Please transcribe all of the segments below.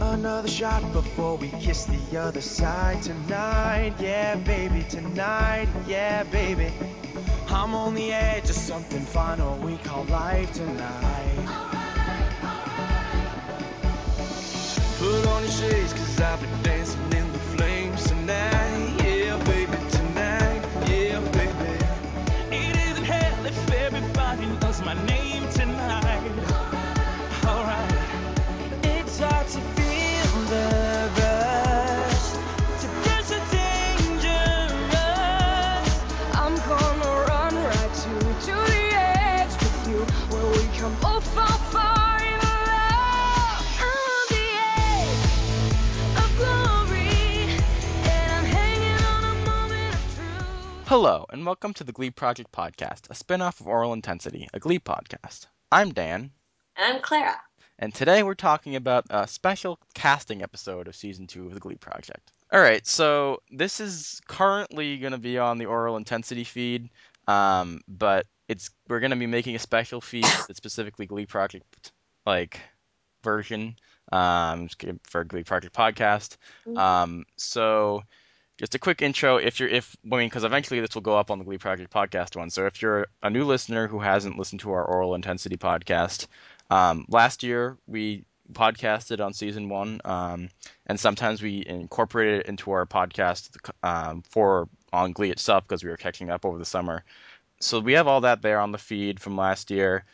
another shot before we kiss the other side tonight. Yeah, baby, tonight. Yeah, baby. I'm on the edge of something final we call life tonight. Put on your shades, cause I've been dancing in the flames tonight. Yeah, baby, tonight. Yeah, baby. It isn't hell if everybody knows my name tonight. Alright. It's hard to feel the rush. To this is dangerous. I'm gonna run right to, to the edge with you, where we can both fall far in love. I'm on the edge of glory, and I'm hanging on a moment of truth. Hello, and welcome to the Glee Project Podcast, a spin off of Oral Intensity, a Glee podcast. I'm Dan, And I'm Clara. and today we're talking about a special casting episode of Season 2 of the Glee Project. Alright, so this is currently going to be on the Oral Intensity feed, um, but it's we're going to be making a special feed that's specifically Glee Project like version um, for Glee Project podcast. Mm-hmm. Um, so just a quick intro if you're if i mean because eventually this will go up on the glee project podcast one so if you're a new listener who hasn't listened to our oral intensity podcast um, last year we podcasted on season one um, and sometimes we incorporated it into our podcast um, for on glee itself because we were catching up over the summer so we have all that there on the feed from last year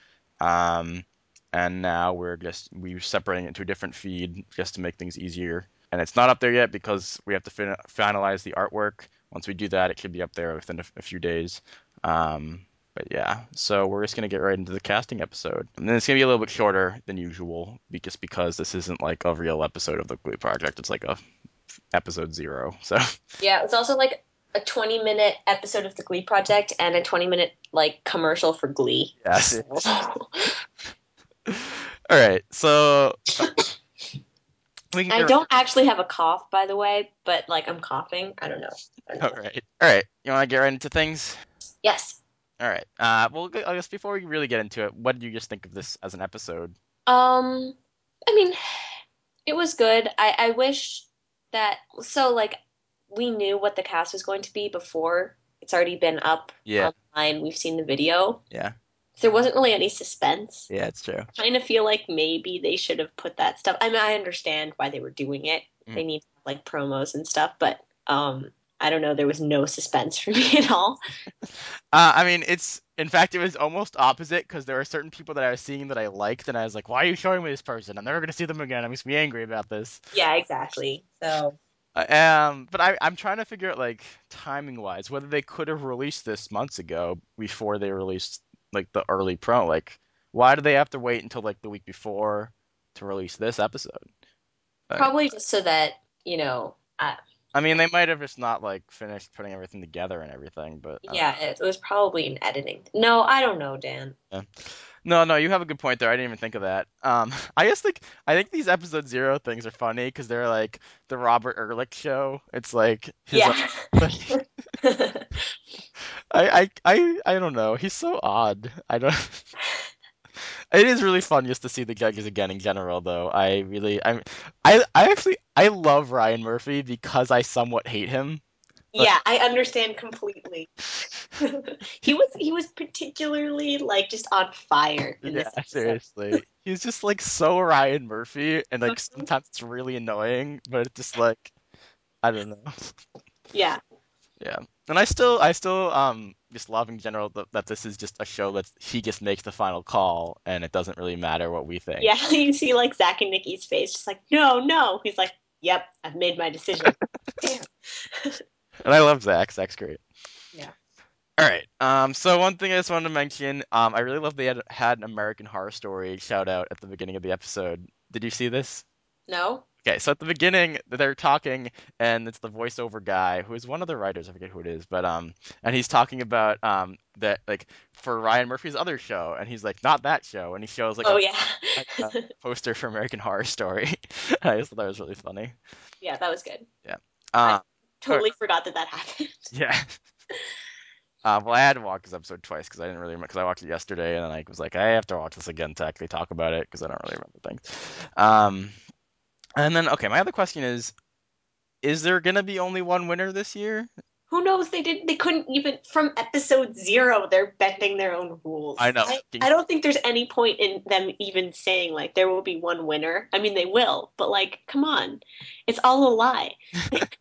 um, and now we're just we're separating it to a different feed just to make things easier and it's not up there yet because we have to fin- finalize the artwork. Once we do that, it should be up there within a, a few days. Um, but yeah, so we're just gonna get right into the casting episode, and then it's gonna be a little bit shorter than usual, be- just because this isn't like a real episode of the Glue Project. It's like a episode zero. So Yeah, it's also like a 20 minute episode of the Glee Project and a 20 minute like commercial for Glee. yes. All right. So we can I get- don't actually have a cough, by the way, but like I'm coughing. I don't know. I don't know. All right. All right. You want to get right into things? Yes. All right. Uh, well, I guess before we really get into it, what did you just think of this as an episode? Um, I mean, it was good. I, I wish that so like we knew what the cast was going to be before it's already been up Yeah. online. We've seen the video. Yeah. There wasn't really any suspense. Yeah, it's true. kind of feel like maybe they should have put that stuff. I mean, I understand why they were doing it. Mm. They need like promos and stuff, but um, I don't know. There was no suspense for me at all. Uh, I mean, it's in fact it was almost opposite because there were certain people that I was seeing that I liked, and I was like, "Why are you showing me this person? I'm never gonna see them again. I'm just gonna be angry about this." Yeah, exactly. So Uh, um, but I, I'm trying to figure out like timing wise whether they could have released this months ago before they released like the early pro. Like, why do they have to wait until like the week before to release this episode? Right. probably just so that you know, I, I mean, they might have just not like finished putting everything together and everything, but uh, yeah, it was probably an editing. No, I don't know, Dan. No, no, you have a good point there. I didn't even think of that. Um, I guess like I think these episode zero things are funny because they're like the Robert Ehrlich show. It's like his yeah, like, I, I I I don't know. He's so odd. I don't. It is really fun just to see the judges again in general, though. I really I'm I I actually I love Ryan Murphy because I somewhat hate him. yeah, I understand completely. he was he was particularly like just on fire in Yeah, this episode. seriously. He's just like so Ryan Murphy, and like Mhm. sometimes it's really annoying, but it's just like I don't know. Yeah, Yeah, and I still, I still, um, just love in general that, that this is just a show that he just makes the final call, and it doesn't really matter what we think. Yeah, you see like Zach and Nikki's face, just like, no, no. He's like, yep, I've made my decision. Damn. And I love Zach. Zach's great. Yeah. All right. Um, so one thing I just wanted to mention, um, I really love they had, had an American Horror Story shout out at the beginning of the episode. Did you see this? No? Okay, so at the beginning they're talking, and it's the voiceover guy who is one of the writers. I forget who it is, but um, and he's talking about um that like for Ryan Murphy's other show, and he's like not that show, and he shows like oh, a, yeah. a poster for American Horror Story. I just thought that was really funny. yeah, that was good. Uh, Totally forgot that that happened. yeah. Uh, well, I had to watch this episode twice because I didn't really remember. Because I watched it yesterday, and then I was like, I have to watch this again to actually talk about it because I don't really remember things. Um, And then, okay, my other question is Is there going to be only one winner this year? Who knows? They did. They couldn't even from episode zero. They're bending their own rules. I know. I, I don't think there's any point in them even saying like there will be one winner. I mean, they will, but like, come on, it's all a lie.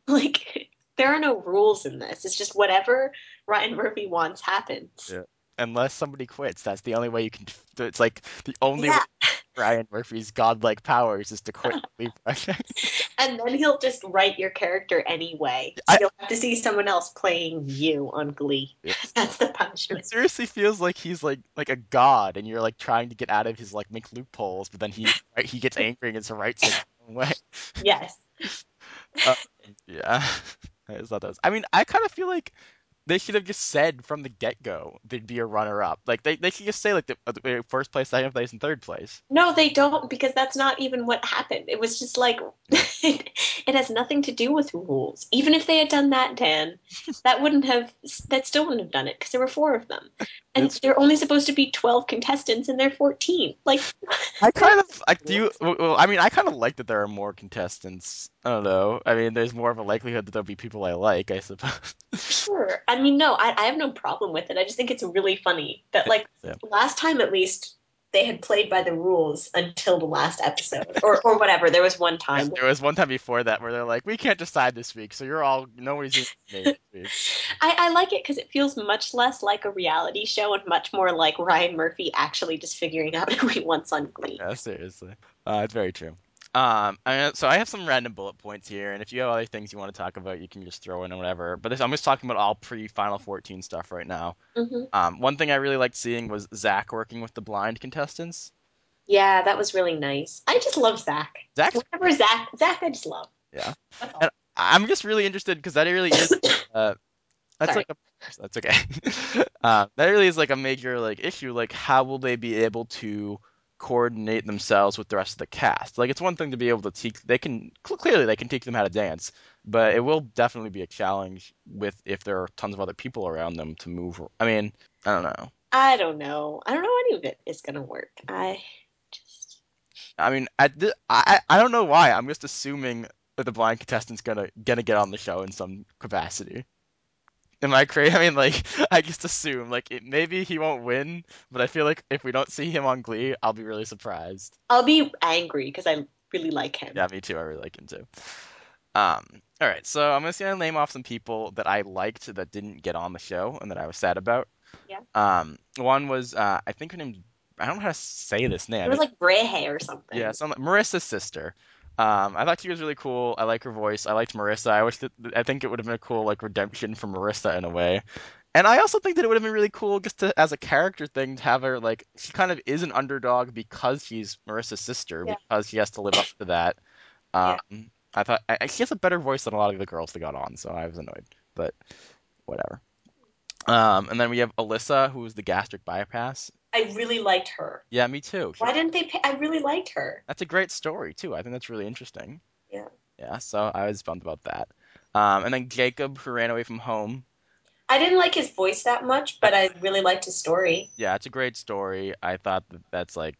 like, there are no rules in this. It's just whatever Ryan Murphy wants happens. Yeah. Unless somebody quits, that's the only way you can. It's like the only Yeah. way Ryan Murphy's godlike powers is to quit the Glee Project. And then he'll just write your character anyway. I- You'll have to see someone else playing you on Glee. Yeah. That's the It punishment. seriously feels like he's like like a god, and you're like trying to get out of his like make loopholes, but then he he gets angry and gets to write his own way. Yes. Yeah, I just thought that was. I mean, I kind of feel like they should have just said from the get go there'd be a runner up. Like they they should just say like the, uh, the first place, second place, and third place. No, they don't because that's not even what happened. It was just like it, has nothing to do with rules. Even if they had done that, Dan, that wouldn't have that still wouldn't have done it because there were four of them, and That's- they're only supposed to be twelve contestants and they're fourteen. Like, I kind of I do. you- Well, well, I mean, I kind of like that there are more contestants. I don't know. I mean, there's more of a likelihood that there'll be people I like, I suppose. sure. I mean, no, I, I have no problem with it. I just think it's really funny that like Yeah. last time at least. They had played by the rules until the last episode, or, or whatever. There was one time There was one time before that where they're like, "We can't decide this week, so you're all nobody's even named this week." I, I like it because it feels much less like a reality show and much more like Ryan Murphy actually just figuring out who he wants on Glee. Yeah, seriously. Uh, it's very true. Um, I, so I have some random bullet points here, and if you have other things you want to talk about, you can just throw in or whatever. But this, I'm just talking about all pre-Final 14 stuff right now. hmm Um, one thing I really liked seeing was Zach working with the blind contestants. Yeah, that was really nice. I just love Zach. Zach, Whatever Zach, Zach, I just love. Yeah. That's all. And I'm just really interested because that really is. Uh, that's Sorry. like a, that's okay. uh, that really is like a major like issue. Like, how will they be able to coordinate themselves with the rest of the cast? Like, it's one thing to be able to teach. They can cl- clearly they can teach them how to dance, but it will definitely be a challenge with if there are tons of other people around them to move. I mean, I don't know. I don't know. I don't know any of it is gonna work. I just I mean, at thi- I I I don't know why. I'm just assuming that the blind contestant's gonna gonna get on the show in some capacity. Am I crazy? I mean, like I just assume like it, maybe he won't win, but I feel like if we don't see him on Glee, I'll be really surprised. I'll be angry because I really like him. Yeah, me too. I really like him too. Um, all right, so I'm just gonna name off some people that I liked that didn't get on the show and that I was sad about. Yeah. Um, one was uh, I think her name. I don't know how to say this name. It was like Brehe or something. Yeah, some Marissa's sister. Um, I thought she was really cool. I like her voice. I liked Marissa. I wish that I think it would have been a cool like redemption for Marissa in a way. And I also think that it would have been really cool just to, as a character thing to have her like she kind of is an underdog because she's Marissa's sister Yeah. because she has to live up to that. Um, I thought I, I- she has a better voice than a lot of the girls that got on, so I was annoyed, but whatever. Um, and then we have Alyssa, who was the gastric bypass. I really liked her. Yeah, me too. She Why didn't they? Pay? I really liked her. that's a great story too. I think that's really interesting. Yeah. Yeah, so I was bummed about that. Um, and then Jacob, who ran away from home. I didn't like his voice that much, but I really liked his story. Yeah, it's a great story. I thought that that's like,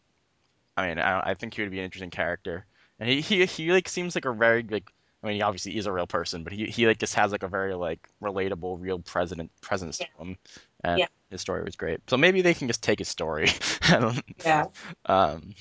I mean, I, don't- I think he would be an interesting character. And he, he he like seems like a very like, I mean, he obviously is a real person, but he he like just has like a very like relatable, real president presence to him. And Yeah. his story was great. So maybe they can just take his story. I don't- Yeah. Um,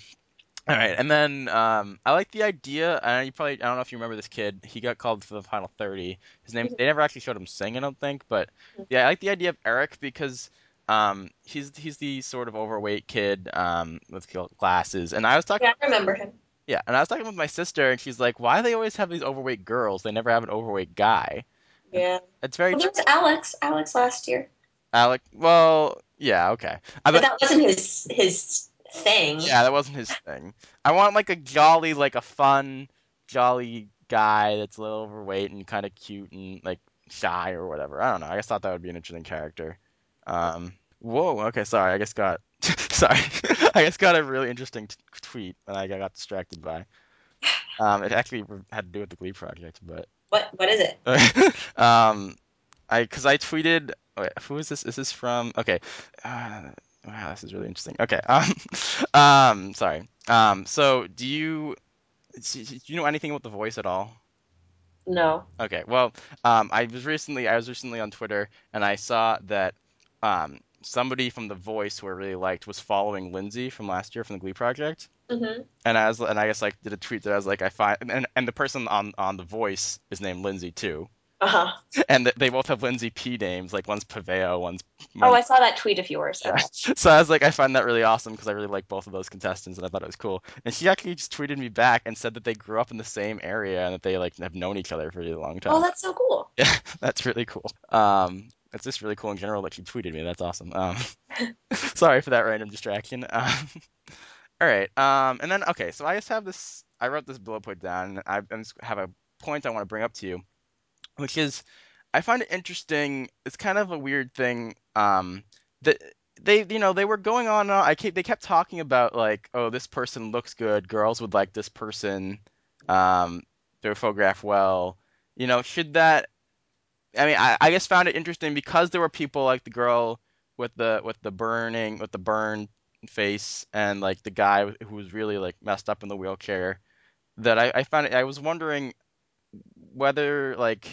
all right, and then um, I like the idea. I you probably I don't know if you remember this kid. He got called for the final thirty. His name they never actually showed him sing, I don't think. But yeah, I like the idea of Eric because um, he's he's the sort of overweight kid um, with gl- glasses. And I was talking Yeah, I remember him. yeah, and I was talking with my sister, and she's like, "Why do they always have these overweight girls? They never have an overweight guy." Yeah. It's very Well, there was Alex. Alex last year, Alec. Well, yeah, okay. I bet but that wasn't his his thing. Yeah, that wasn't his thing. I want like a jolly, like a fun, jolly guy that's a little overweight and kind of cute and like shy or whatever. I don't know. I just thought that would be an interesting character. Um, whoa. Okay, sorry. I just got sorry. I just got a really interesting t- tweet that I got distracted by. Um, it actually had to do with the Glee project, but What what is it? um, I because I tweeted. Wait, who is this? Is this from? Okay. Uh, wow, this is really interesting. Okay. Um, um, sorry. Um, so do you? Do you know anything about The Voice at all? No. Okay. Well, um, I was recently I was recently on Twitter and I saw that um, somebody from The Voice who I really liked was following Lindsay from last year from the Glee Project, hmm and I was and I guess like did a tweet that I was like I find and, and the person on on The Voice is named Lindsay too, Uh huh. and th- they both have Lindsay P names like one's Paveo, one's Oh, one's- I saw that tweet of yours. yeah. So I was like, I find that really awesome because I really like both of those contestants, and I thought it was cool. And she actually just tweeted me back and said that they grew up in the same area and that they like have known each other for a really long time. Oh, that's so cool. Yeah, that's really cool. Um, it's just really cool in general that she tweeted me. That's awesome. Um, sorry for that random distraction. Um, all right. Um, and then okay, so I just have this. I wrote this bullet point down. And I I just have a point I want to bring up to you, which is I find it interesting. It's kind of a weird thing. Um, that they you know they were going on. and on. I kept, they kept talking about like oh this person looks good. Girls would like this person. Um, their photograph well. You know should that I mean, I, I just found it interesting because there were people like the girl with the with the burning with the burned face and like the guy who was really like messed up in the wheelchair that I, I found it, I was wondering whether like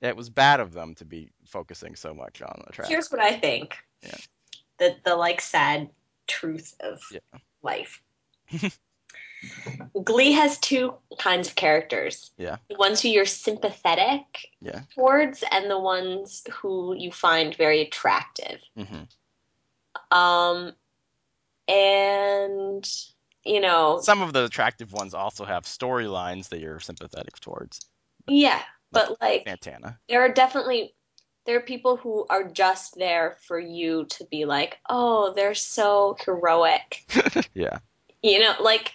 it was bad of them to be focusing so much on the track. Here's what I think. Yeah. The the like sad truth of Yeah. life. Glee has two kinds of characters. Yeah. The ones who you're sympathetic Yeah. towards and the ones who you find very attractive. hmm Um and you know Some of the attractive ones also have storylines that you're sympathetic towards. yeah, but like Santana. there are definitely there are people who are just there for you to be like, "Oh, they're so heroic." Yeah. You know, like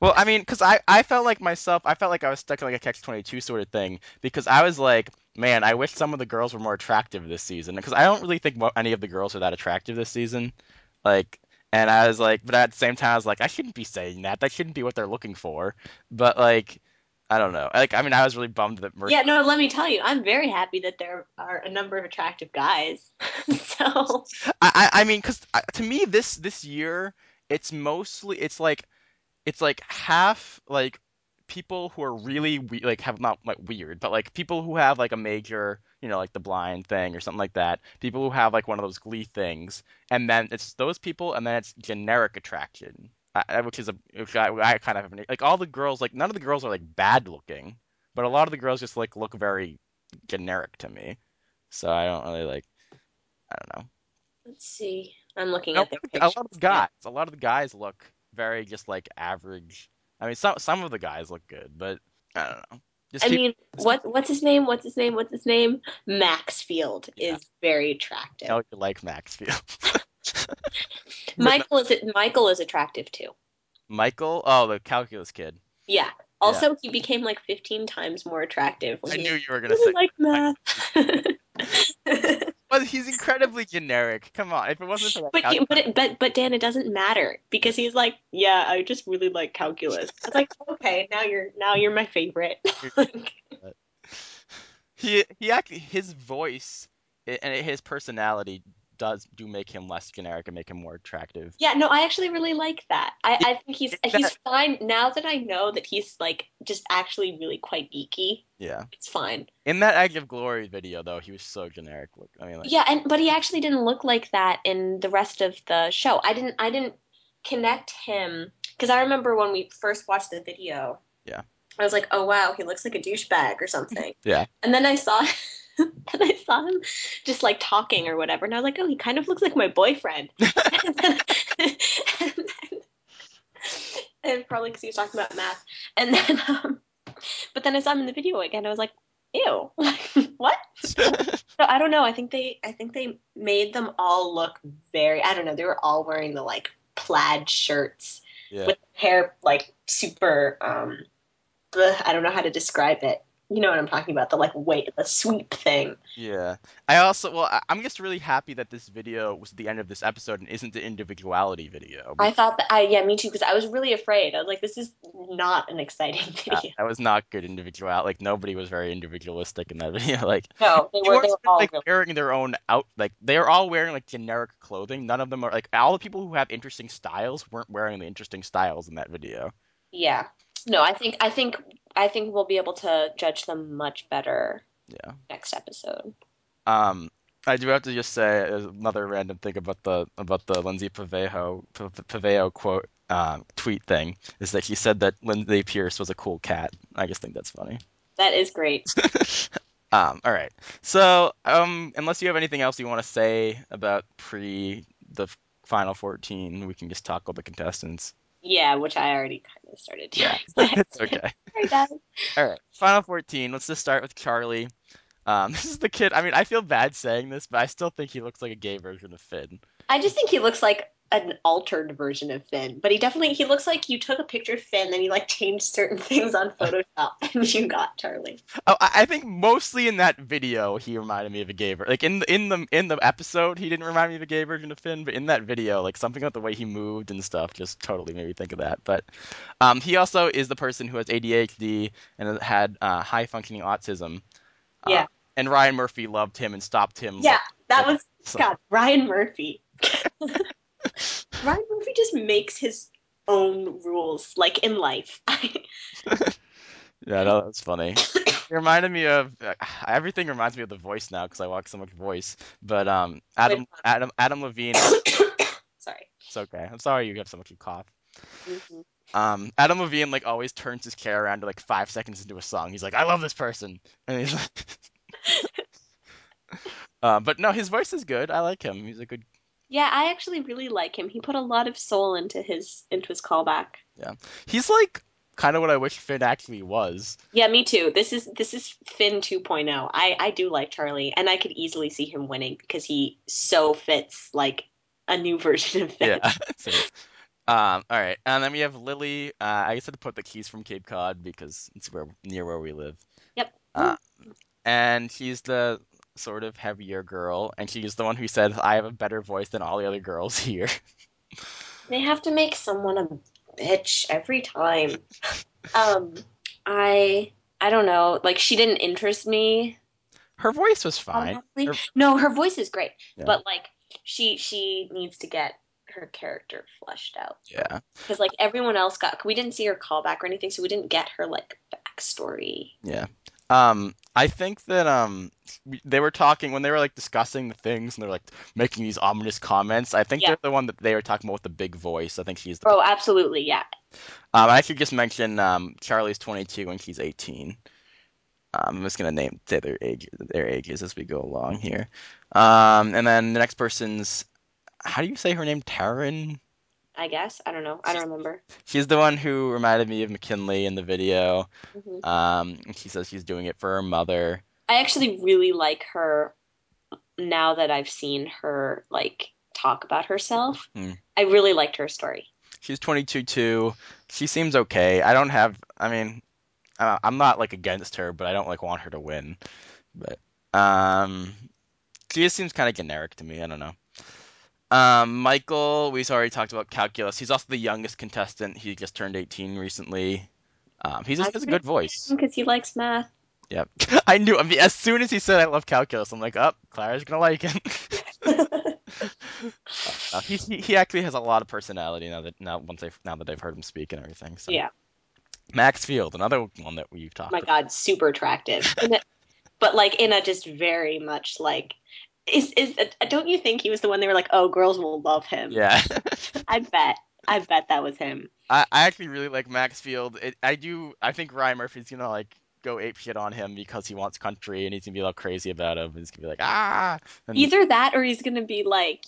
Well, I mean, because I, I felt like myself, I felt like I was stuck in like a catch 22 sort of thing because I was like, man, I wish some of the girls were more attractive this season because I don't really think mo- any of the girls are that attractive this season. Like, and I was like, but at the same time, I was like, I shouldn't be saying that. That shouldn't be what they're looking for. But like, I don't know. Like, I mean, I was really bummed that Mercy. Yeah, no, let me tell you, I'm very happy that there are a number of attractive guys. so, I, I I mean, because to me, this this year, it's mostly it's like it's like half like people who are really we- like have not like weird, but like people who have like a major, you know, like the blind thing or something like that. People who have like one of those glee things, and then it's those people, and then it's generic attraction, I, I- which is a which I, I kind of have an, like all the girls like none of the girls are like bad looking, but a lot of the girls just like look very generic to me. So I don't really like I don't know. let's see. I'm looking No, at their a picture. lot of the guys. A lot of the guys look very just like average. I mean, some some of the guys look good, but I don't know. Just I keep- mean, what what's his name? What's his name? What's his name? Maxfield Yeah. is very attractive. tell you like Maxfield. Michael is Michael is attractive too. Michael, oh the calculus kid. Yeah. Also, he became like 15 times more attractive. When I he- knew you were gonna say. really like math. Well, he's incredibly generic. Come on, if it wasn't for that. But, calc- you, but, it, but but Dan, it doesn't matter because he's like, yeah, I just really like calculus. It's like, okay, now you're now you're my favorite. he he actually his voice i- and his personality does do make him less generic and make him more attractive. yeah, no, I actually really like that. I, I think he's That- he's fine now that I know that he's like just actually really quite geeky. Yeah. It's fine. In that Edge of Glory video though, he was so generic. Look, I mean like. Yeah, and but he actually didn't look like that in the rest of the show. I didn't I didn't connect him because I remember when we first watched the video. Yeah. I was like, oh wow, he looks like a douchebag or something. Yeah. And then I saw then I saw him just like talking or whatever, and I was like, oh, he kind of looks like my boyfriend. and then, and then- and probably because he was talking about math. And then, um, but then I saw him in the video again. I was like, ew, what? So I don't know. I think they I think they made them all look very I don't know, they were all wearing the like plaid shirts Yeah. with hair like super um bleh, I don't know how to describe it. You know what I'm talking about, the like weight the sweep thing. Yeah. I also, well, I- I'm just really happy that this video was the end of this episode and isn't the individuality video. I thought that I yeah, me too, because I was really afraid. I was like, this is not an exciting Uh, video. that was not good individual. Like nobody was very individualistic in that video. Like No, they they were they weren't were all like really wearing their own out. Like they are all wearing like generic clothing. None of them are like all the people who have interesting styles weren't wearing the interesting styles in that video. Yeah. No, I think I think I think we'll be able to judge them much better Yeah. next episode. Um, I do have to just say uh, another random thing about the about the Lindsay Pavejo P- Paveo quote um, tweet thing is that he said that Lindsay Pierce was a cool cat. I just think that's funny. That is great. Um, all right. So, um, unless you have anything else you want to say about pre the f- final 14, we can just tackle the contestants. Yeah, which I already kind of started doing. it's okay. Sorry, guys. All right. Final 14. Let's just start with Charlie. Um, this is the kid. I mean, I feel bad saying this, but I still think he looks like a gay version of Finn. I just think he looks like an altered version of Finn, but he definitely he looks like you took a picture of Finn and you like changed certain things on Photoshop and you got Charlie. Oh, I, I think mostly in that video he reminded me of a gay version. Like in the, in the in the episode, he didn't remind me of a gay version of Finn, but in that video, like something about the way he moved and stuff just totally made me think of that. But um, he also is the person who has ADHD and had uh, high functioning autism. Uh, Yeah. and Ryan Murphy loved him and stopped him. Yeah, that was So- God, Ryan Murphy. Ryan Murphy just makes his own rules, like in life. Yeah, no, that's funny. It reminded me of uh, everything reminds me of the voice now because I watch so much voice. But um, Adam Adam Adam Levine. Sorry. it's okay. I'm sorry you have so much of a cough. Mhm. Um, Adam Levine like always turns his chair around to like five seconds into a song. He's like, "I love this person," and he's like, uh, but no, his voice is good. I like him. He's a good. Yeah, I actually really like him. He put a lot of soul into his into his callback. He's like kind of what I wish Finn actually was. Yeah, me too. This is this is Finn 2.0. I I do like Charlie, and I could easily see him winning because he so fits like a new version of Finn. Yeah. So, um, all right, and then we have Lily. Uh, I just had to put the keys from Cape Cod because it's where near where we live. Yep. Uh, and she's the sort of heavier girl, and she's the one who says, "I have a better voice than all the other girls here." They have to make someone a bitch every time. um, I I don't know. Like she didn't interest me. Her voice was fine. honestly. Her- No, her voice is great, Yeah. but like she she needs to get her character fleshed out Yeah. because like everyone else got we didn't see her callback or anything, so we didn't get her like backstory. Yeah. Um, I think that um, we- they were talking when they were like discussing the things and they're like making these ominous comments. I think Yeah. they're the one that they were talking about with the big voice. I think she's the. Oh, absolutely, yeah. Um, I should just mention um, Charlie's 22 and she's 18. Um, I'm just gonna name th- their age, their ages as we go along here. Um, and then the next person's, how do you say her name? Taryn. I guess I don't know. I don't remember. She's the one who reminded me of McKinley in the video. Mhm. Um, and she says she's doing it for her mother. I actually really like her now that I've seen her like talk about herself. Hmm. I really liked her story. She's 22 too. She seems okay. I don't have. I mean, uh, I'm not like against her, but I don't like want her to win. But um, she just seems kind of generic to me. I don't know. Um, Michael, we've already talked about calculus. He's also the youngest contestant. He just turned 18 recently. Um, he just has a good voice. because Mm, he likes math. Yep. I knew. I mean, as soon as he said I love calculus, I'm like, oh, Clara's gonna like him. Uh, he, he he actually has a lot of personality now that now once I now that I've heard him speak and everything. So. yeah. Max Field, another one that we've talked my about. god, super attractive. In a- but like in a just very much like is is uh, don't you think he was the one they were like, "Oh, girls will love him." Yeah. I bet. I bet that was him. I, I actually really like Max Field. It, I do. I think Ryan Murphy's gonna like go ape shit on him because he wants country and he's gonna be all crazy about him. And he's gonna be like ah. And Either that or he's going to be like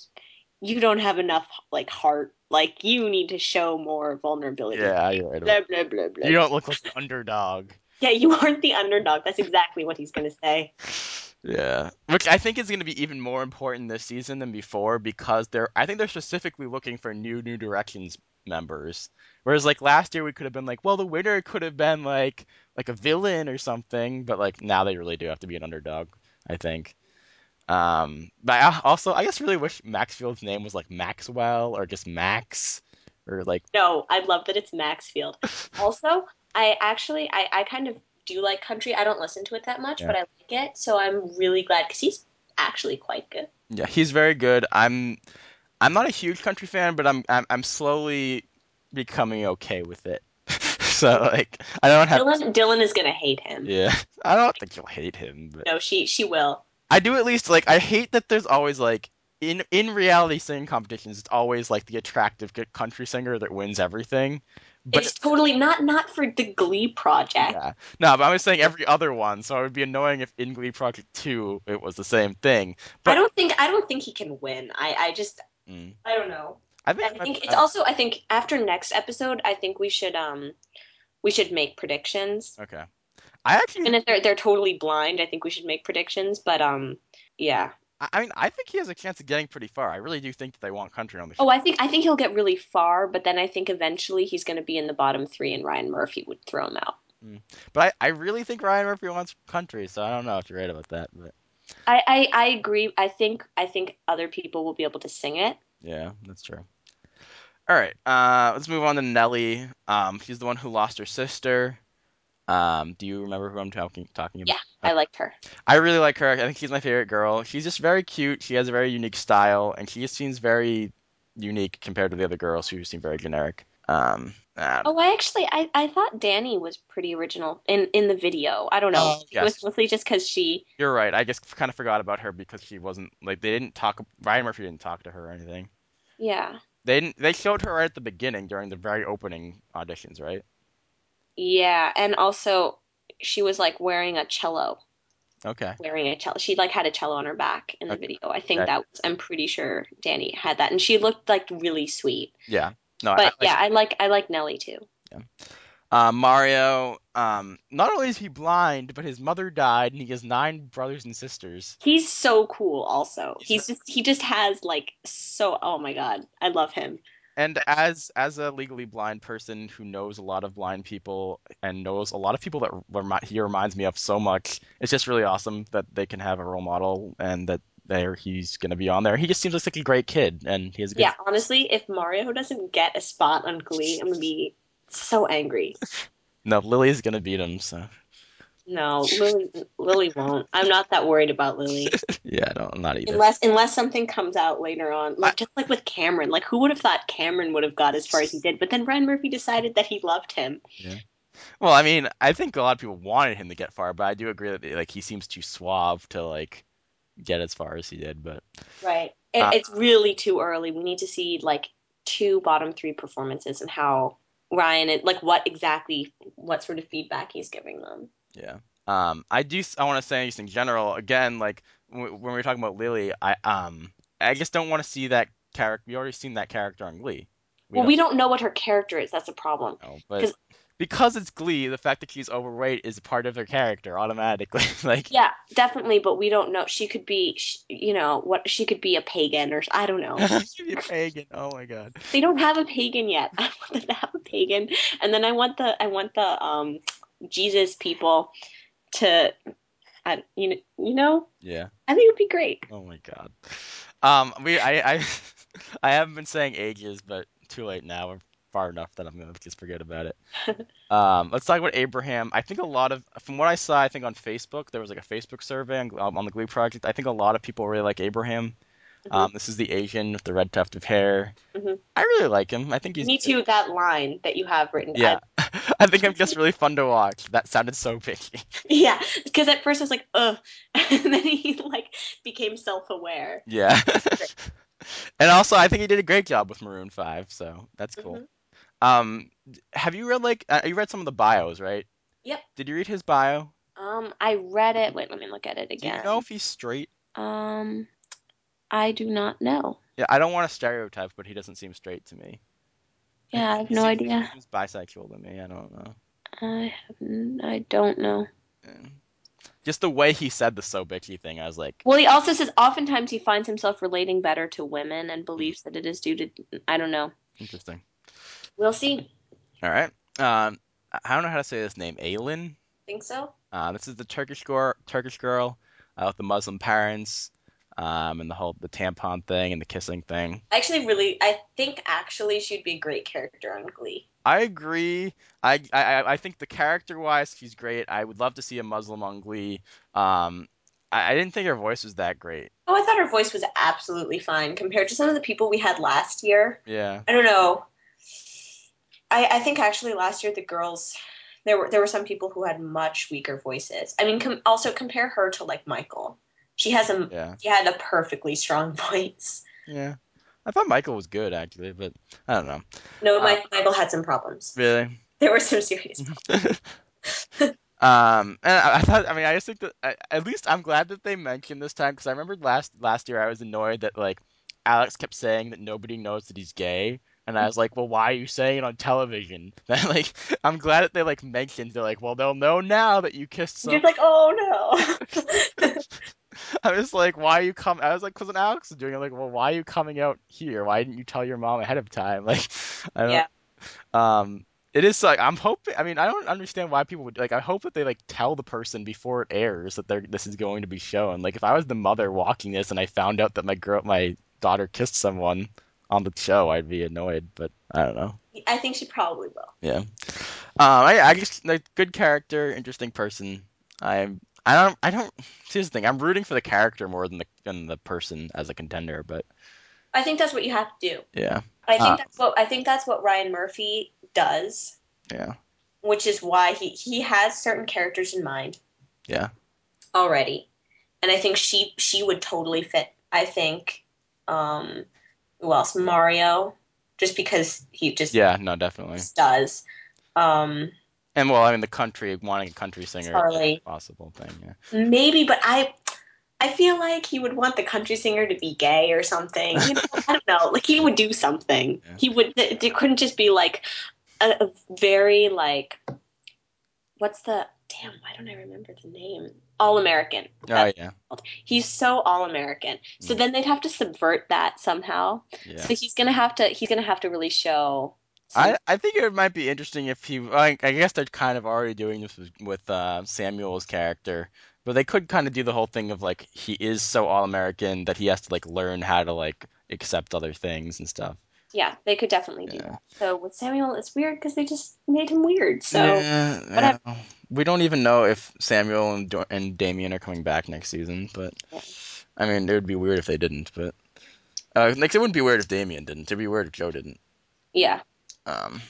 you don't have enough like heart. Like you need to show more vulnerability. yeah, you're right. Blah About, blah blah blah. you don't look like an underdog. yeah, you aren't the underdog. That's exactly what he's going to say. Yeah, which I think is going to be even more important this season than before because they're I think they're specifically looking for new New Directions members. Whereas like last year we could have been like, well, the winner could have been like like a villain or something, but like now they really do have to be an underdog, I think. Um, but I also I just really wish Maxfield's name was like Maxwell or just Max or like No, I love that it's Maxfield. Also, I actually I, I kind of do like country. I don't listen to it that much, Yeah. but I like it, so I'm really glad because he's actually quite good. Yeah, he's very good. I'm I'm not a huge country fan, but I'm I'm, I'm slowly becoming okay with it. so like I don't have. Dylan, Dylan is gonna hate him. Yeah, I don't think you'll hate him, but No, she she will. I do at least like I hate that there's always like in in reality singing competitions it's always like the attractive good country singer that wins everything. But it's totally not not for the Glee project. yeah. No, but I was saying every other one, so it would be annoying if in Glee Project 2 it was the same thing. But- I don't think I don't think he can win. I I just Mm. I don't know. I I think, think it's I- also I think after next episode I think we should um we should make predictions. Okay. I actually And if they're they're totally blind, I think we should make predictions. But um yeah. I I mean, I think he has a chance of getting pretty far. I really do think that they want country on the show. Oh, I think I think he'll get really far, but then I think eventually he's going to be in the bottom three, and Ryan Murphy would throw him out. But I, I really think Ryan Murphy wants country, so I don't know if you're right about that. But I, I I agree. I think I think other people will be able to sing it. yeah, that's true. All right, uh, let's move on to Nellie. Um, she's the one who lost her sister. Um, do you remember who I'm talking talking about? Yeah, I liked her. I really like her. I think she's my favorite girl. She's just very cute. She has a very unique style, and she just seems very unique compared to the other girls who seem very generic. Um, I don't- Oh, I actually I, I thought Danny was pretty original in in the video. I don't know. Oh, yes. It was mostly just because she. You're right. I just kind of forgot about her because she wasn't like they didn't talk. Ryan Murphy didn't talk to her or anything. Yeah. They didn't, they showed her right at the beginning during the very opening auditions, right? Yeah, and also she was like wearing a cello, Okay. wearing a cello. She like had a cello on her back in the Okay. video. I think Okay. that was. I'm pretty sure Danny had that, and she looked like really sweet. Yeah. No. I- But I, yeah, I like I like Nelly too. Uh, Mario. Um. Not only is he blind, but his mother died, and he has nine brothers and sisters. He's so cool. Also, He's- he's just he just has like so. Oh my god, I love him. And as as a legally blind person who knows a lot of blind people and knows a lot of people that remi- he reminds me of so much, it's just really awesome that they can have a role model and that there he's gonna be on there. He just seems like a great kid, and he has a good Yeah, honestly, if Mario doesn't get a spot on Glee, I'm gonna be so angry. No, Lily's gonna beat him, so No, Lily, Lily won't. I'm not that worried about Lily. yeah, I don't, I'm not either. Unless unless something comes out later on, like just like with Cameron, like who would have thought Cameron would have got as far as he did? But then Ryan Murphy decided that he loved him. Well, I mean, I think a lot of people wanted him to get far, but I do agree that like he seems too suave to like get as far as he did. But Right. It, Uh, it's really too early. We need to see like two bottom three performances and how Ryan and like what exactly what sort of feedback he's giving them. Yeah. Um, I do. s- I want to say just in general. Again, like w- when we were talking about Lily, I um, I just don't want to see that character. We already seen that character on Glee. We well, don't we don't know what her character is. That's a problem. know, but 'cause- because it's Glee, the fact that she's overweight is part of her character automatically. Like, Yeah, definitely, but we don't know. She could be, sh you know, what she could be a pagan or I don't know. she'd be a pagan. Oh my god. they don't have a pagan yet. I want them to have a pagan, and then I want the I want the um Jesus people to, I, you know, you know. Yeah. I think it would be great. Oh my god. Um, we I I I haven't been saying ages, but too late now. We're far enough that I'm gonna just forget about it. Um, let's talk about Abraham. I think a lot of, from what I saw, I think on Facebook there was like a Facebook survey on, um, on the Glee Project. I think a lot of people really like Abraham. Mm-hmm. Um, this is the Asian with the red tuft of hair. Mhm. I really like him. I think he's Me too. That line that you have written. yeah. I think I'm just really fun to watch. That sounded so picky. I- yeah. Because at first I was like, ugh, and then he like became self-aware. Yeah. and also, I think he did a great job with Maroon Five, so that's cool. Mhm. Um, d- have you read like uh, you read some of the bios, right? Yep. Did you read his bio? Um, I read it. Wait, let me look at it Do again. you know if he's straight? Um, I do not know. Yeah, I don't want to stereotype, but he doesn't seem straight to me. Yeah, I have He no seems- he idea. seems bisexual to me. I don't know. I have. n- I don't know. Yeah. Just the way he said the so bitchy thing, I was like, Well, he also says oftentimes he finds himself relating better to women and believes that it is due to I don't know. interesting. We'll see. All right. Um, I I don't know how to say this name. Aylin. Think so? Uh, this is the Turkish girl, Turkish girl uh, with the Muslim parents, um, and the whole the tampon thing and the kissing thing. I actually really I think actually she'd be a great character on Glee. I agree. I I, I- I think the character wise, she's great. I would love to see a Muslim on Glee. Um, I, I didn't think her voice was that great. Oh, I thought her voice was absolutely fine compared to some of the people we had last year. Yeah. I don't know. I, I think actually last year the girls there were there were some people who had much weaker voices. I mean, com- also compare her to like Michael. She has a Yeah. she had a perfectly strong voice. Yeah. I thought Michael was good actually, but I don't know. No, Uh, Michael, Michael had some problems. Really. There were some serious. Mm-hmm. problems. Um, and I, I thought, I mean, I just think that I, at least I'm glad that they mentioned this time because I remembered last last year I was annoyed that like Alex kept saying that nobody knows that he's gay, and I was like, well, why are you saying it on television? That like, I'm glad that they like mentioned. They're like, well, they'll know now that you kissed You're some. just like, oh no. I was like, why are you come? I was like, because when Alex was doing it, I'm like, well, why are you coming out here? Why didn't you tell your mom ahead of time? Like, I don't. yeah, Um, it is like I'm hoping. I mean, I don't understand why people would like. I hope that they like tell the person before it airs that they're this is going to be shown. Like, if I was the mother walking this and I found out that my girl, my daughter kissed someone on the show, I'd be annoyed. But I don't know. I think she probably will. Yeah. Um, I, I just like good character, interesting person. I'm. I don't. I don't. Here's the thing. I'm rooting for the character more than the than the person as a contender. But I think that's what you have to do. yeah, I think Ah. that's what I think that's what Ryan Murphy does, yeah, which is why he he has certain characters in mind yeah. already, and I think she she would totally fit. I think, um, who else? Mario, just because he just, Yeah, no, definitely. just does. Um, And well, I mean, the country wanting a country singer is Charlie. a possible thing. Yeah. maybe, but I. I feel like he would want the country singer to be gay or something. You know, I don't know. Like he would do something. Yeah. He would. It it couldn't just be like a, a very like what's the damn? Why don't I remember the name? All American. Oh yeah, He's so all American. So Mm. then they'd have to subvert that somehow. yeah. So he's gonna have to. He's gonna have to really show. I, I think it might be interesting if he. I, I guess they're kind of already doing this with, with uh, Samuel's character, but they could kind of do the whole thing of like he is so all American that he has to like learn how to like accept other things and stuff. yeah, they could definitely do. Yeah. That. So with Samuel, it's weird because they just made him weird. So yeah, whatever. yeah. We don't even know if Samuel and Do- and Damien are coming back next season, but Yeah. I mean, it would be weird if they didn't. But uh, like, it wouldn't be weird if Damien didn't. It'd be weird if Joe didn't. yeah, Um,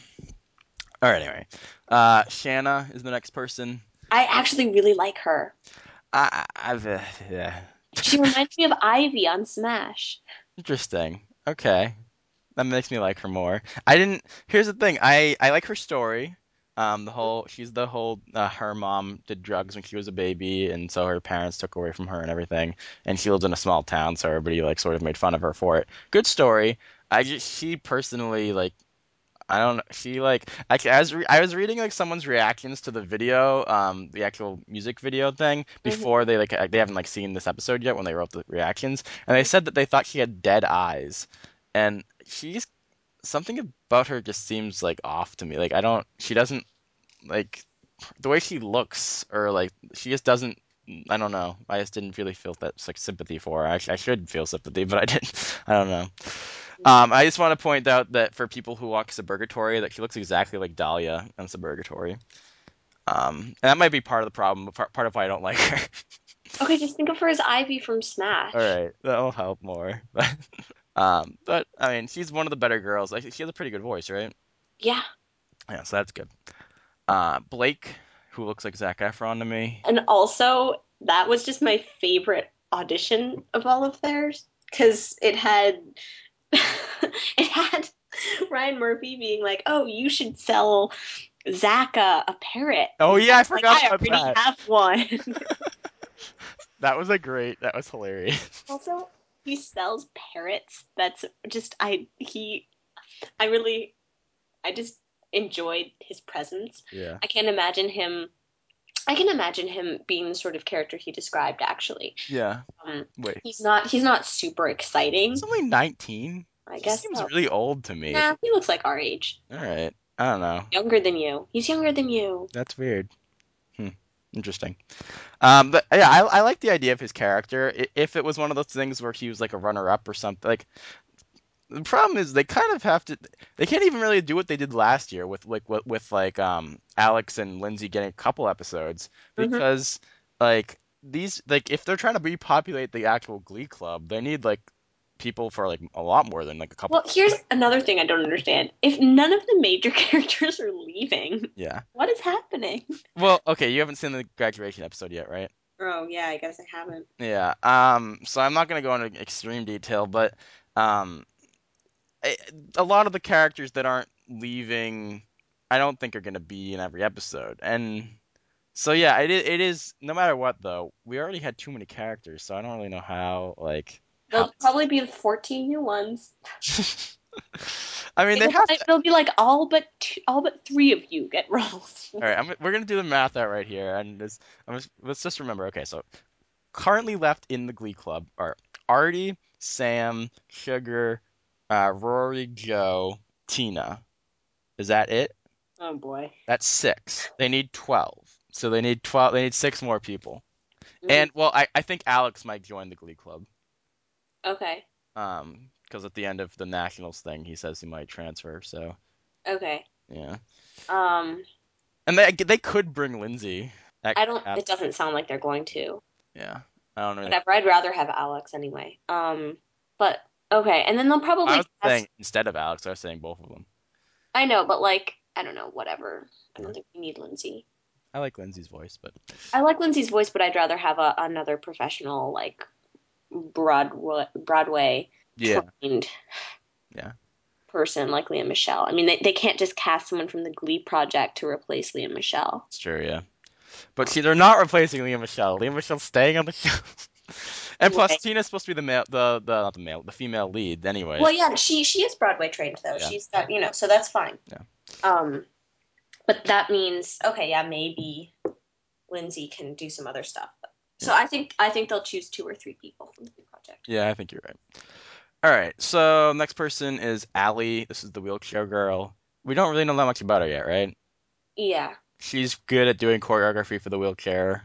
all right, anyway. Uh, Shanna is the next person. I actually really like her. I, I, I've, uh, yeah. She reminds me of Ivy on Smash. Interesting. Okay. That makes me like her more. I didn't. Here's the thing. I, I like her story. Um, the whole she's the whole uh, her mom did drugs when she was a baby, and so her parents took away from her and everything. And she lived in a small town, so everybody like sort of made fun of her for it. Good story. I just she personally like I don't know. She like I, I was re- I was reading like someone's reactions to the video, um, the actual music video thing before they like uh, they haven't like seen this episode yet when they wrote the reactions, and they said that they thought she had dead eyes, and she's something about her just seems like off to me. Like I don't, she doesn't like the way she looks or like she just doesn't. I don't know. I just didn't really feel that like sympathy for her. I, I should feel sympathy, but I didn't. I don't know. Um, I just want to point out that for people who watch Suburgatory, that she looks exactly like Dahlia on Suburgatory. Um, and that might be part of the problem, but par- part of why I don't like her. Okay, just think of her as Ivy from Smash. All right, that'll help more. But, um, but I mean, she's one of the better girls. Like, she has a pretty good voice, right? Yeah, Yeah, so that's good. Uh, Blake, who looks like Zach Efron to me. and also that was just my favorite audition of all of theirs because it had it had Ryan Murphy being like, "Oh, you should sell Zaka a parrot." Oh yeah, I Like, forgot I about already that. have one. That was a great. That was hilarious. also, he sells parrots. That's just I he I really I just enjoyed his presence. Yeah. I can't imagine him I can imagine him being the sort of character he described actually. Yeah. Um, Wait. he's not he's not super exciting. He's only 19. I He guess seems so. really old to me. Nah, he looks like our age. All right. I don't know. Younger than you. He's younger than you. That's weird. Hmm. Interesting. Um, but yeah, I, I like the idea of his character. I- If it was one of those things where he was like a runner-up or something, like the problem is they kind of have to. They can't even really do what they did last year with like with, with like um Alex and Lindsay getting a couple episodes Mhm. because like these like if they're trying to repopulate the actual Glee Club, they need like people for like a lot more than like a couple. Well, here's another thing I don't understand. If none of the major characters are leaving, yeah. what is happening? Well, okay, you haven't seen the graduation episode yet, right? Oh, yeah, I guess I haven't. Yeah. Um. So I'm not gonna go into extreme detail, but um, I, a lot of the characters that aren't leaving, I don't think are gonna be in every episode. And so yeah, it i- it is. No matter what, though, we already had too many characters, so I don't really know how like. There'll how- probably be the 14 new ones. I mean, they have. To... It'll be like all but two, all but three of you get roles. All right, I'm, we're gonna do the math out right here, and this, I'm just, let's just remember. Okay, so currently left in the Glee Club are Artie, Sam, Sugar, uh, Rory, Joe, Tina. Is that it? Oh boy. That's six. They need twelve, so they need twelve. They need six more people. And well, I, I think Alex might join the Glee Club. okay, Um, because at the end of the Nationals thing, he says he might transfer. So okay. yeah, Um, and they they could bring Lindsay. That- I don't. that- It doesn't sound like they're going to. yeah, I don't know. Whatever. I'd rather have Alex anyway. Um, but okay, and then they'll probably. I was cast- saying instead of Alex, I was saying both of them. I know, but like, I don't know. Whatever. I don't think we need Lindsay. I like Lindsay's voice, but I like Lindsay's voice, but I'd rather have a, another professional like Broadway Broadway yeah, trained Yeah. person like Leah Michelle. I mean, they, they can't just cast someone from the Glee project to replace Leah Michelle. it's true, yeah. But see, they're not replacing Liam Michelle. Liam Michelle's staying on the show, and plus Right. Tina's supposed to be the male, the the not the male, the female lead anyway. Well, yeah, she she is Broadway trained though. Yeah. She's got you know, so that's fine. Yeah. Um, but that means okay, yeah, maybe Lindsay can do some other stuff. So I think I think they'll choose two or three people from the Glee project. Yeah, I think you're right. All right, so next person is Allie. This is the wheelchair girl. We don't really know that much about her yet, right? Yeah. She's good at doing choreography for the wheelchair.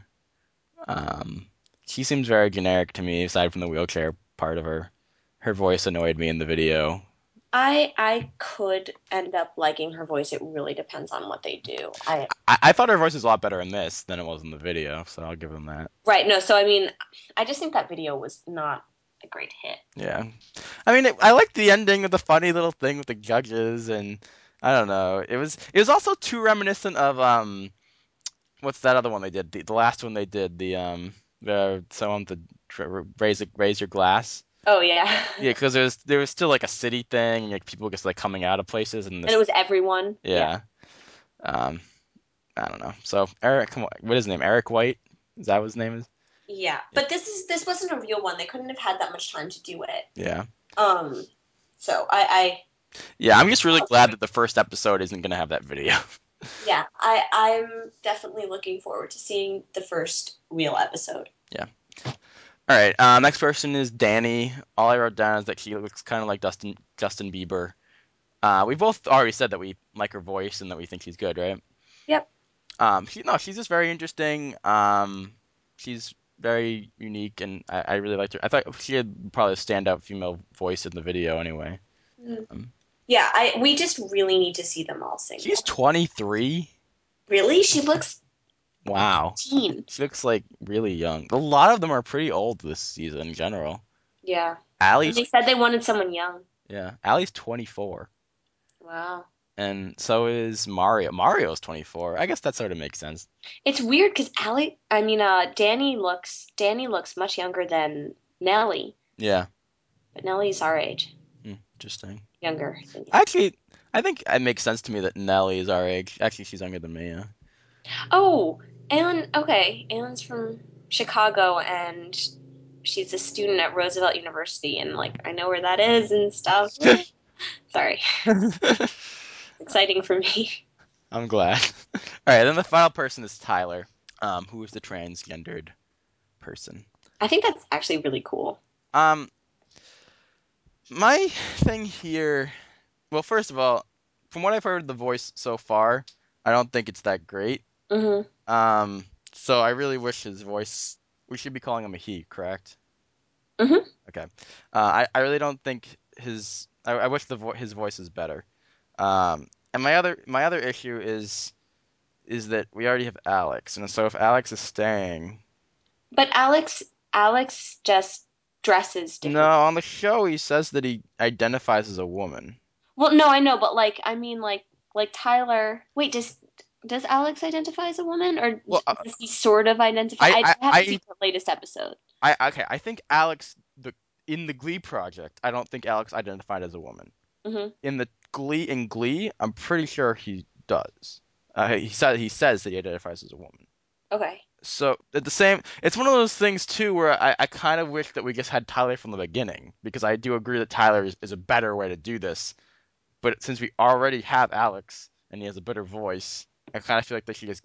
Um, she seems very generic to me, aside from the wheelchair part of her. Her voice annoyed me in the video. I I could end up liking her voice. It really depends on what they do. I I, I thought her voice was a lot better in this than it was in the video, so I'll give them that. right no. So I mean, I just think that video was not a great hit. Yeah, I mean, it, I liked the ending with the funny little thing with the judges, and I don't know. It was it was also too reminiscent of um, what's that other one they did? The, the last one they did, the um, the someone to tr- raise a, raise your glass. Oh yeah. Yeah, because there was there was still like a city thing, and, like people just like coming out of places, and, And this, it was everyone. yeah. Um, I don't know. So Eric, come on, what is his name? Eric White? Is that what his name is? Yeah. But this is this wasn't a real one. They couldn't have had that much time to do it. Yeah. Um, so I, Yeah, I'm just really glad that the first episode isn't gonna have that video. I yeah, I, I'm definitely looking forward to seeing the first real episode. All right, uh, next person is Danny. All I wrote down is that she looks kind of like Justin Justin Bieber. Uh, we both already said that we like her voice and that we think she's good, right? Yep. Um, she no, she's just very interesting. Um, she's very unique, and I, I really liked her. I thought she had probably a standout female voice in the video, anyway. Yeah, I we just really need to see them all sing. She's 23. really? She looks Wow, teen. she looks like really young. A lot of them are pretty old this season in general. Yeah. Allie's They said they wanted someone young. yeah, Allie's 24. Wow. and so is Mario. Mario's 24. I guess that sort of makes sense. It's weird because Allie, I mean, uh, Danny looks Danny looks much younger than Nellie, Yeah, but Nellie's our age, Hmm, interesting. younger. Than Actually, I think it makes sense to me that Nelly is our age. Actually, she's younger than me. Yeah. Oh, Alan. Okay, Alan's from Chicago, and she's a student at Roosevelt University, and like I know where that is and stuff. Sorry, exciting for me. I'm glad. All right, then the final person is Tyler, um, who is the transgendered person. I think that's actually really cool. Um, my thing here. Well, first of all, from what I've heard of the voice so far, I don't think it's that great. hmm Um, so I really wish his voice. We should be calling him a he, correct? Mhm. Okay. Uh, I I really don't think his. I, I wish the vo- his voice is better. Um, and my other my other issue is is that we already have Alex, and so if Alex is staying, But Alex, Alex just dresses different. No, on the show he says that he identifies as a woman. Well, no, I know, but like, I mean, like, like Tyler. Wait, does does Alex identify as a woman, or Well, uh, does he sort of identify? I- I, I- have I- to see the latest episode. I okay, I think Alex the in the Glee project, I don't think Alex identified as a woman. Mhm. In the Glee in Glee, I'm pretty sure he does. Uh, he said he says that he identifies as a woman. Okay. So at the same, it's one of those things too where I, I kind of wish that we just had Tyler from the beginning because I do agree that Tyler is, is a better way to do this. But since we already have Alex and he has a better voice, I kind of feel like they should just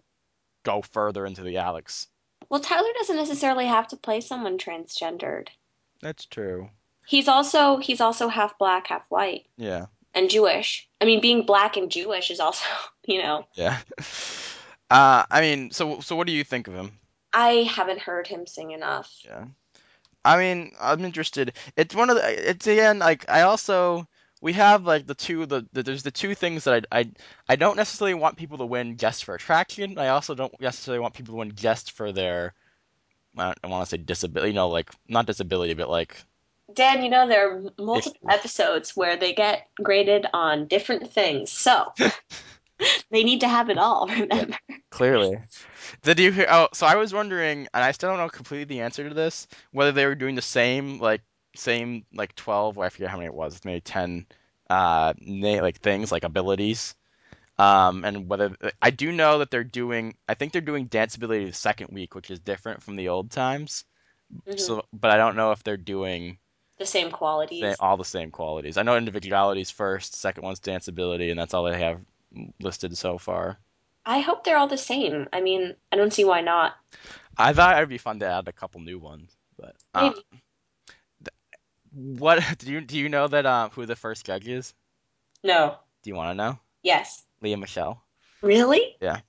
go further into the Alex. Well, Tyler doesn't necessarily have to play someone transgendered. That's true. He's also he's also half black, half white, Yeah, and Jewish. I mean, being black and Jewish is also, you know, yeah. Uh, I mean, so so what do you think of him? I haven't heard him sing enough. Yeah. I mean, I'm interested. It's one of the. It's again like I also we have like the two the, the there's the two things that I, I I don't necessarily want people to win just for attraction. I also don't necessarily want people to win just for their. I, don't, I want to say disability. You know, like not disability, but like Dan, you know there are multiple episodes where they get graded on different things, so they need to have it all. Remember? clearly. Did you hear? Oh, so I was wondering, and I still don't know completely the answer to this, whether they were doing the same like same like 12 or I forget how many it was, maybe 10 uh na- like things like abilities. Um, and whether I do know that they're doing, I think they're doing dance ability the second week, which is different from the old times. Mhm. So, but I don't know if they're doing The same the- qualities. all the same qualities. I know individualities first, second one's dance ability, and that's all they have listed so far. I hope they're all the same. I mean, I don't see why not. I thought it'd be fun to add a couple new ones, but uh, Maybe. what do you do you know that um who the first judge is? No. Do you want to know? Yes. Leah Michelle. Really? Yeah.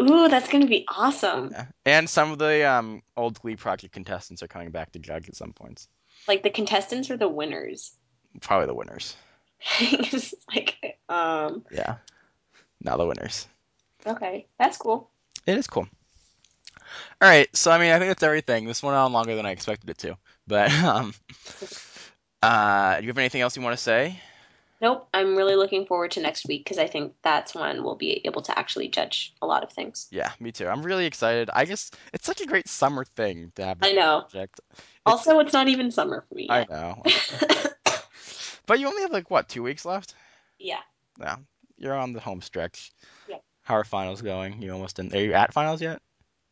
Ooh, that's gonna be awesome. Yeah. Eh. And some of the um old Glee Project contestants are coming back to judge at some points. Like the contestants or the winners. Probably the winners. It's like, um, Yeah. Now the winners. okay, that's cool. It is cool. All right, so I mean, I think that's everything. This went on longer than I expected it to, but um, uh, do you have anything else you want to say? Nope, I'm really looking forward to next week because I think that's when we'll be able to actually judge a lot of things. Yeah, me too. I'm really excited. I just, it's such a great summer thing to have this I know. project. It's- Also, it's not even summer for me I yet. know. But you only have like what, two weeks left? yeah. Yeah, you're on the home stretch. Yeah. How are finals going? You almost in? Are you at finals yet?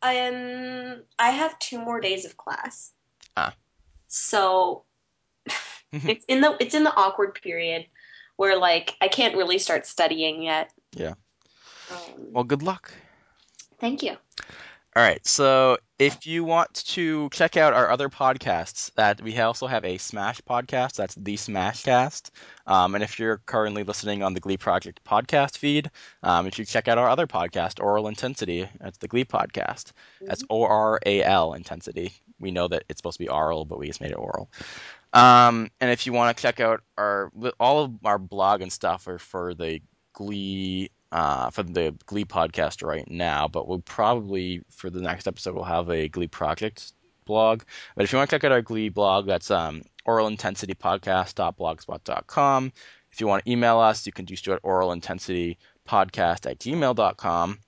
Um, I have two more days of class. Ah. So it's in the it's in the awkward period where like I can't really start studying yet. Yeah. Um, Well, good luck. thank you. All right. So if you want to check out our other podcasts, that we also have a Smash podcast. That's the Smashcast. Um, and if you're currently listening on the Glee Project podcast feed, um, you should check out our other podcast, Oral Intensity. That's the Glee podcast. That's O R A L Intensity. We know that it's supposed to be oral, but we just made it oral. Um, and if you want to check out our all of our blog and stuff are for the Glee uh, for the Glee podcast right now, but we'll probably for the next episode we'll have a Glee project blog. But if you want to check out our Glee blog, that's um, oralintensitypodcast.blogspot.com. If you want to email us, you can do so at oralintensitypodcast at gmail.com.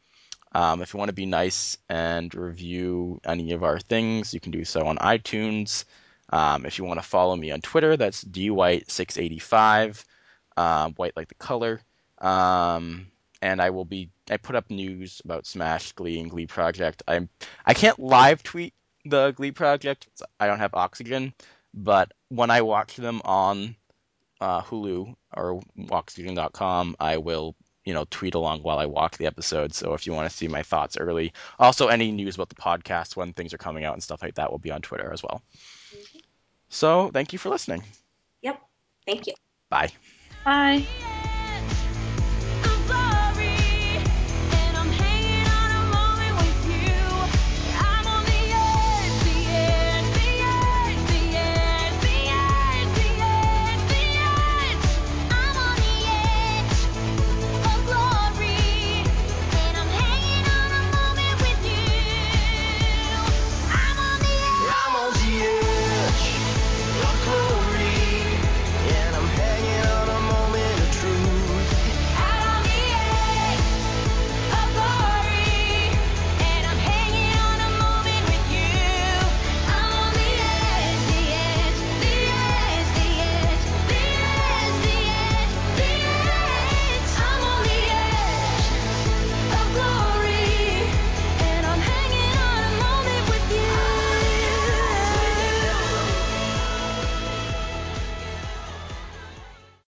Um, if you want to be nice and review any of our things, you can do so on iTunes. Um, if you want to follow me on Twitter, that's dwite685, um, white like the color. Um, and I will be I put up news about Smash, Glee, and Glee Project. I'm I can't live tweet the Glee Project. I don't have oxygen, but when I watch them on uh, Hulu or oxygen.com, I will you know tweet along while I watch the episode. So if you want to see my thoughts early, also any news about the podcast when things are coming out and stuff like that will be on Twitter as well. So, thank you for listening. Yep. Thank you. Bye. Bye.